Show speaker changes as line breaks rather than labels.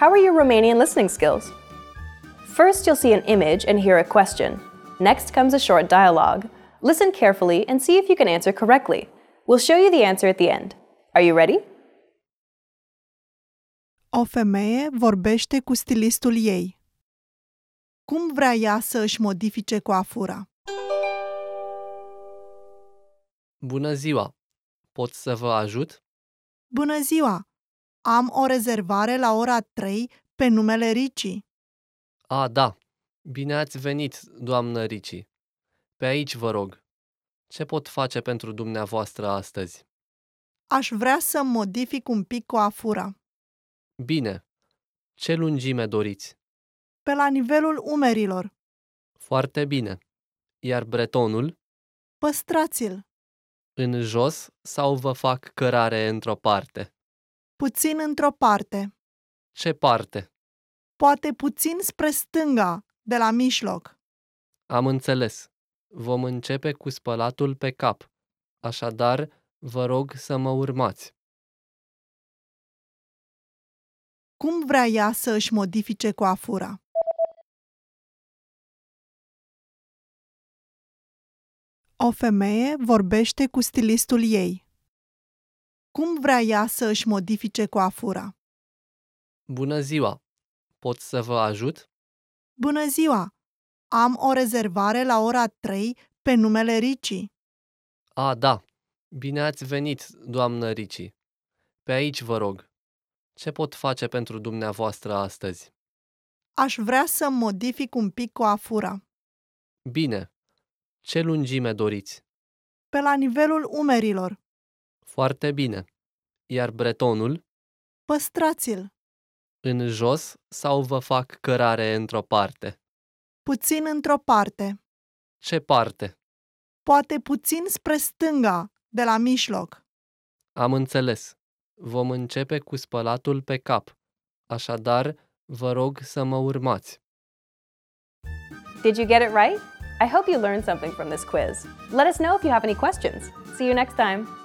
How are your Romanian listening skills? First, you'll see an image and hear a question. Next comes a short dialogue. Listen carefully and see if you can answer correctly. We'll show you the answer at the end. Are you ready?
O femeie vorbește cu stilistul ei. Cum vrea ea să își modifice coafura?
Bună ziua! Pot să vă ajut?
Bună ziua! Am o rezervare la ora 3 pe numele Ricci.
A, da. Bine ați venit, doamnă Ricci. Pe aici vă rog. Ce pot face pentru dumneavoastră astăzi?
Aș vrea să modific un pic coafura.
Bine. Ce lungime doriți?
Pe la nivelul umerilor.
Foarte bine. Iar bretonul?
Păstrați-l.
În jos sau vă fac cărare într-o parte?
Puțin într-o parte.
Ce parte?
Poate puțin spre stânga, de la mijloc.
Am înțeles. Vom începe cu spălatul pe cap. Așadar, vă rog să mă urmați.
Cum vrea ea să își modifice coafura? O femeie vorbește cu stilistul ei. Cum vrea ea să își modifice coafura?
Bună ziua! Pot să vă ajut?
Bună ziua! Am o rezervare la ora 3 pe numele Ricci.
A, da. Bine ați venit, doamnă Ricci. Pe aici vă rog. Ce pot face pentru dumneavoastră astăzi?
Aș vrea să modific un pic coafura.
Bine. Ce lungime doriți?
Pe la nivelul umerilor.
Foarte bine. Iar bretonul?
Păstrați-l.
În jos sau vă fac cărare într-o parte?
Puțin într-o parte.
Ce parte?
Poate puțin spre stânga, de la mijloc.
Am înțeles. Vom începe cu spălatul pe cap. Așadar, vă rog să mă urmați.
Did you get it right? I hope you learned something from this quiz. Let us know if you have any questions. See you next time.